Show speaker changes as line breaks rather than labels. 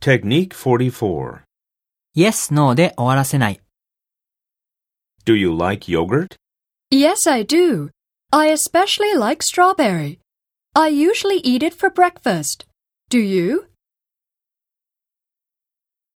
Technique 44.
Yes, No で終わらせない。
Do you like yogurt?
Yes, I do. I especially like strawberry. I usually eat it for breakfast. Do you?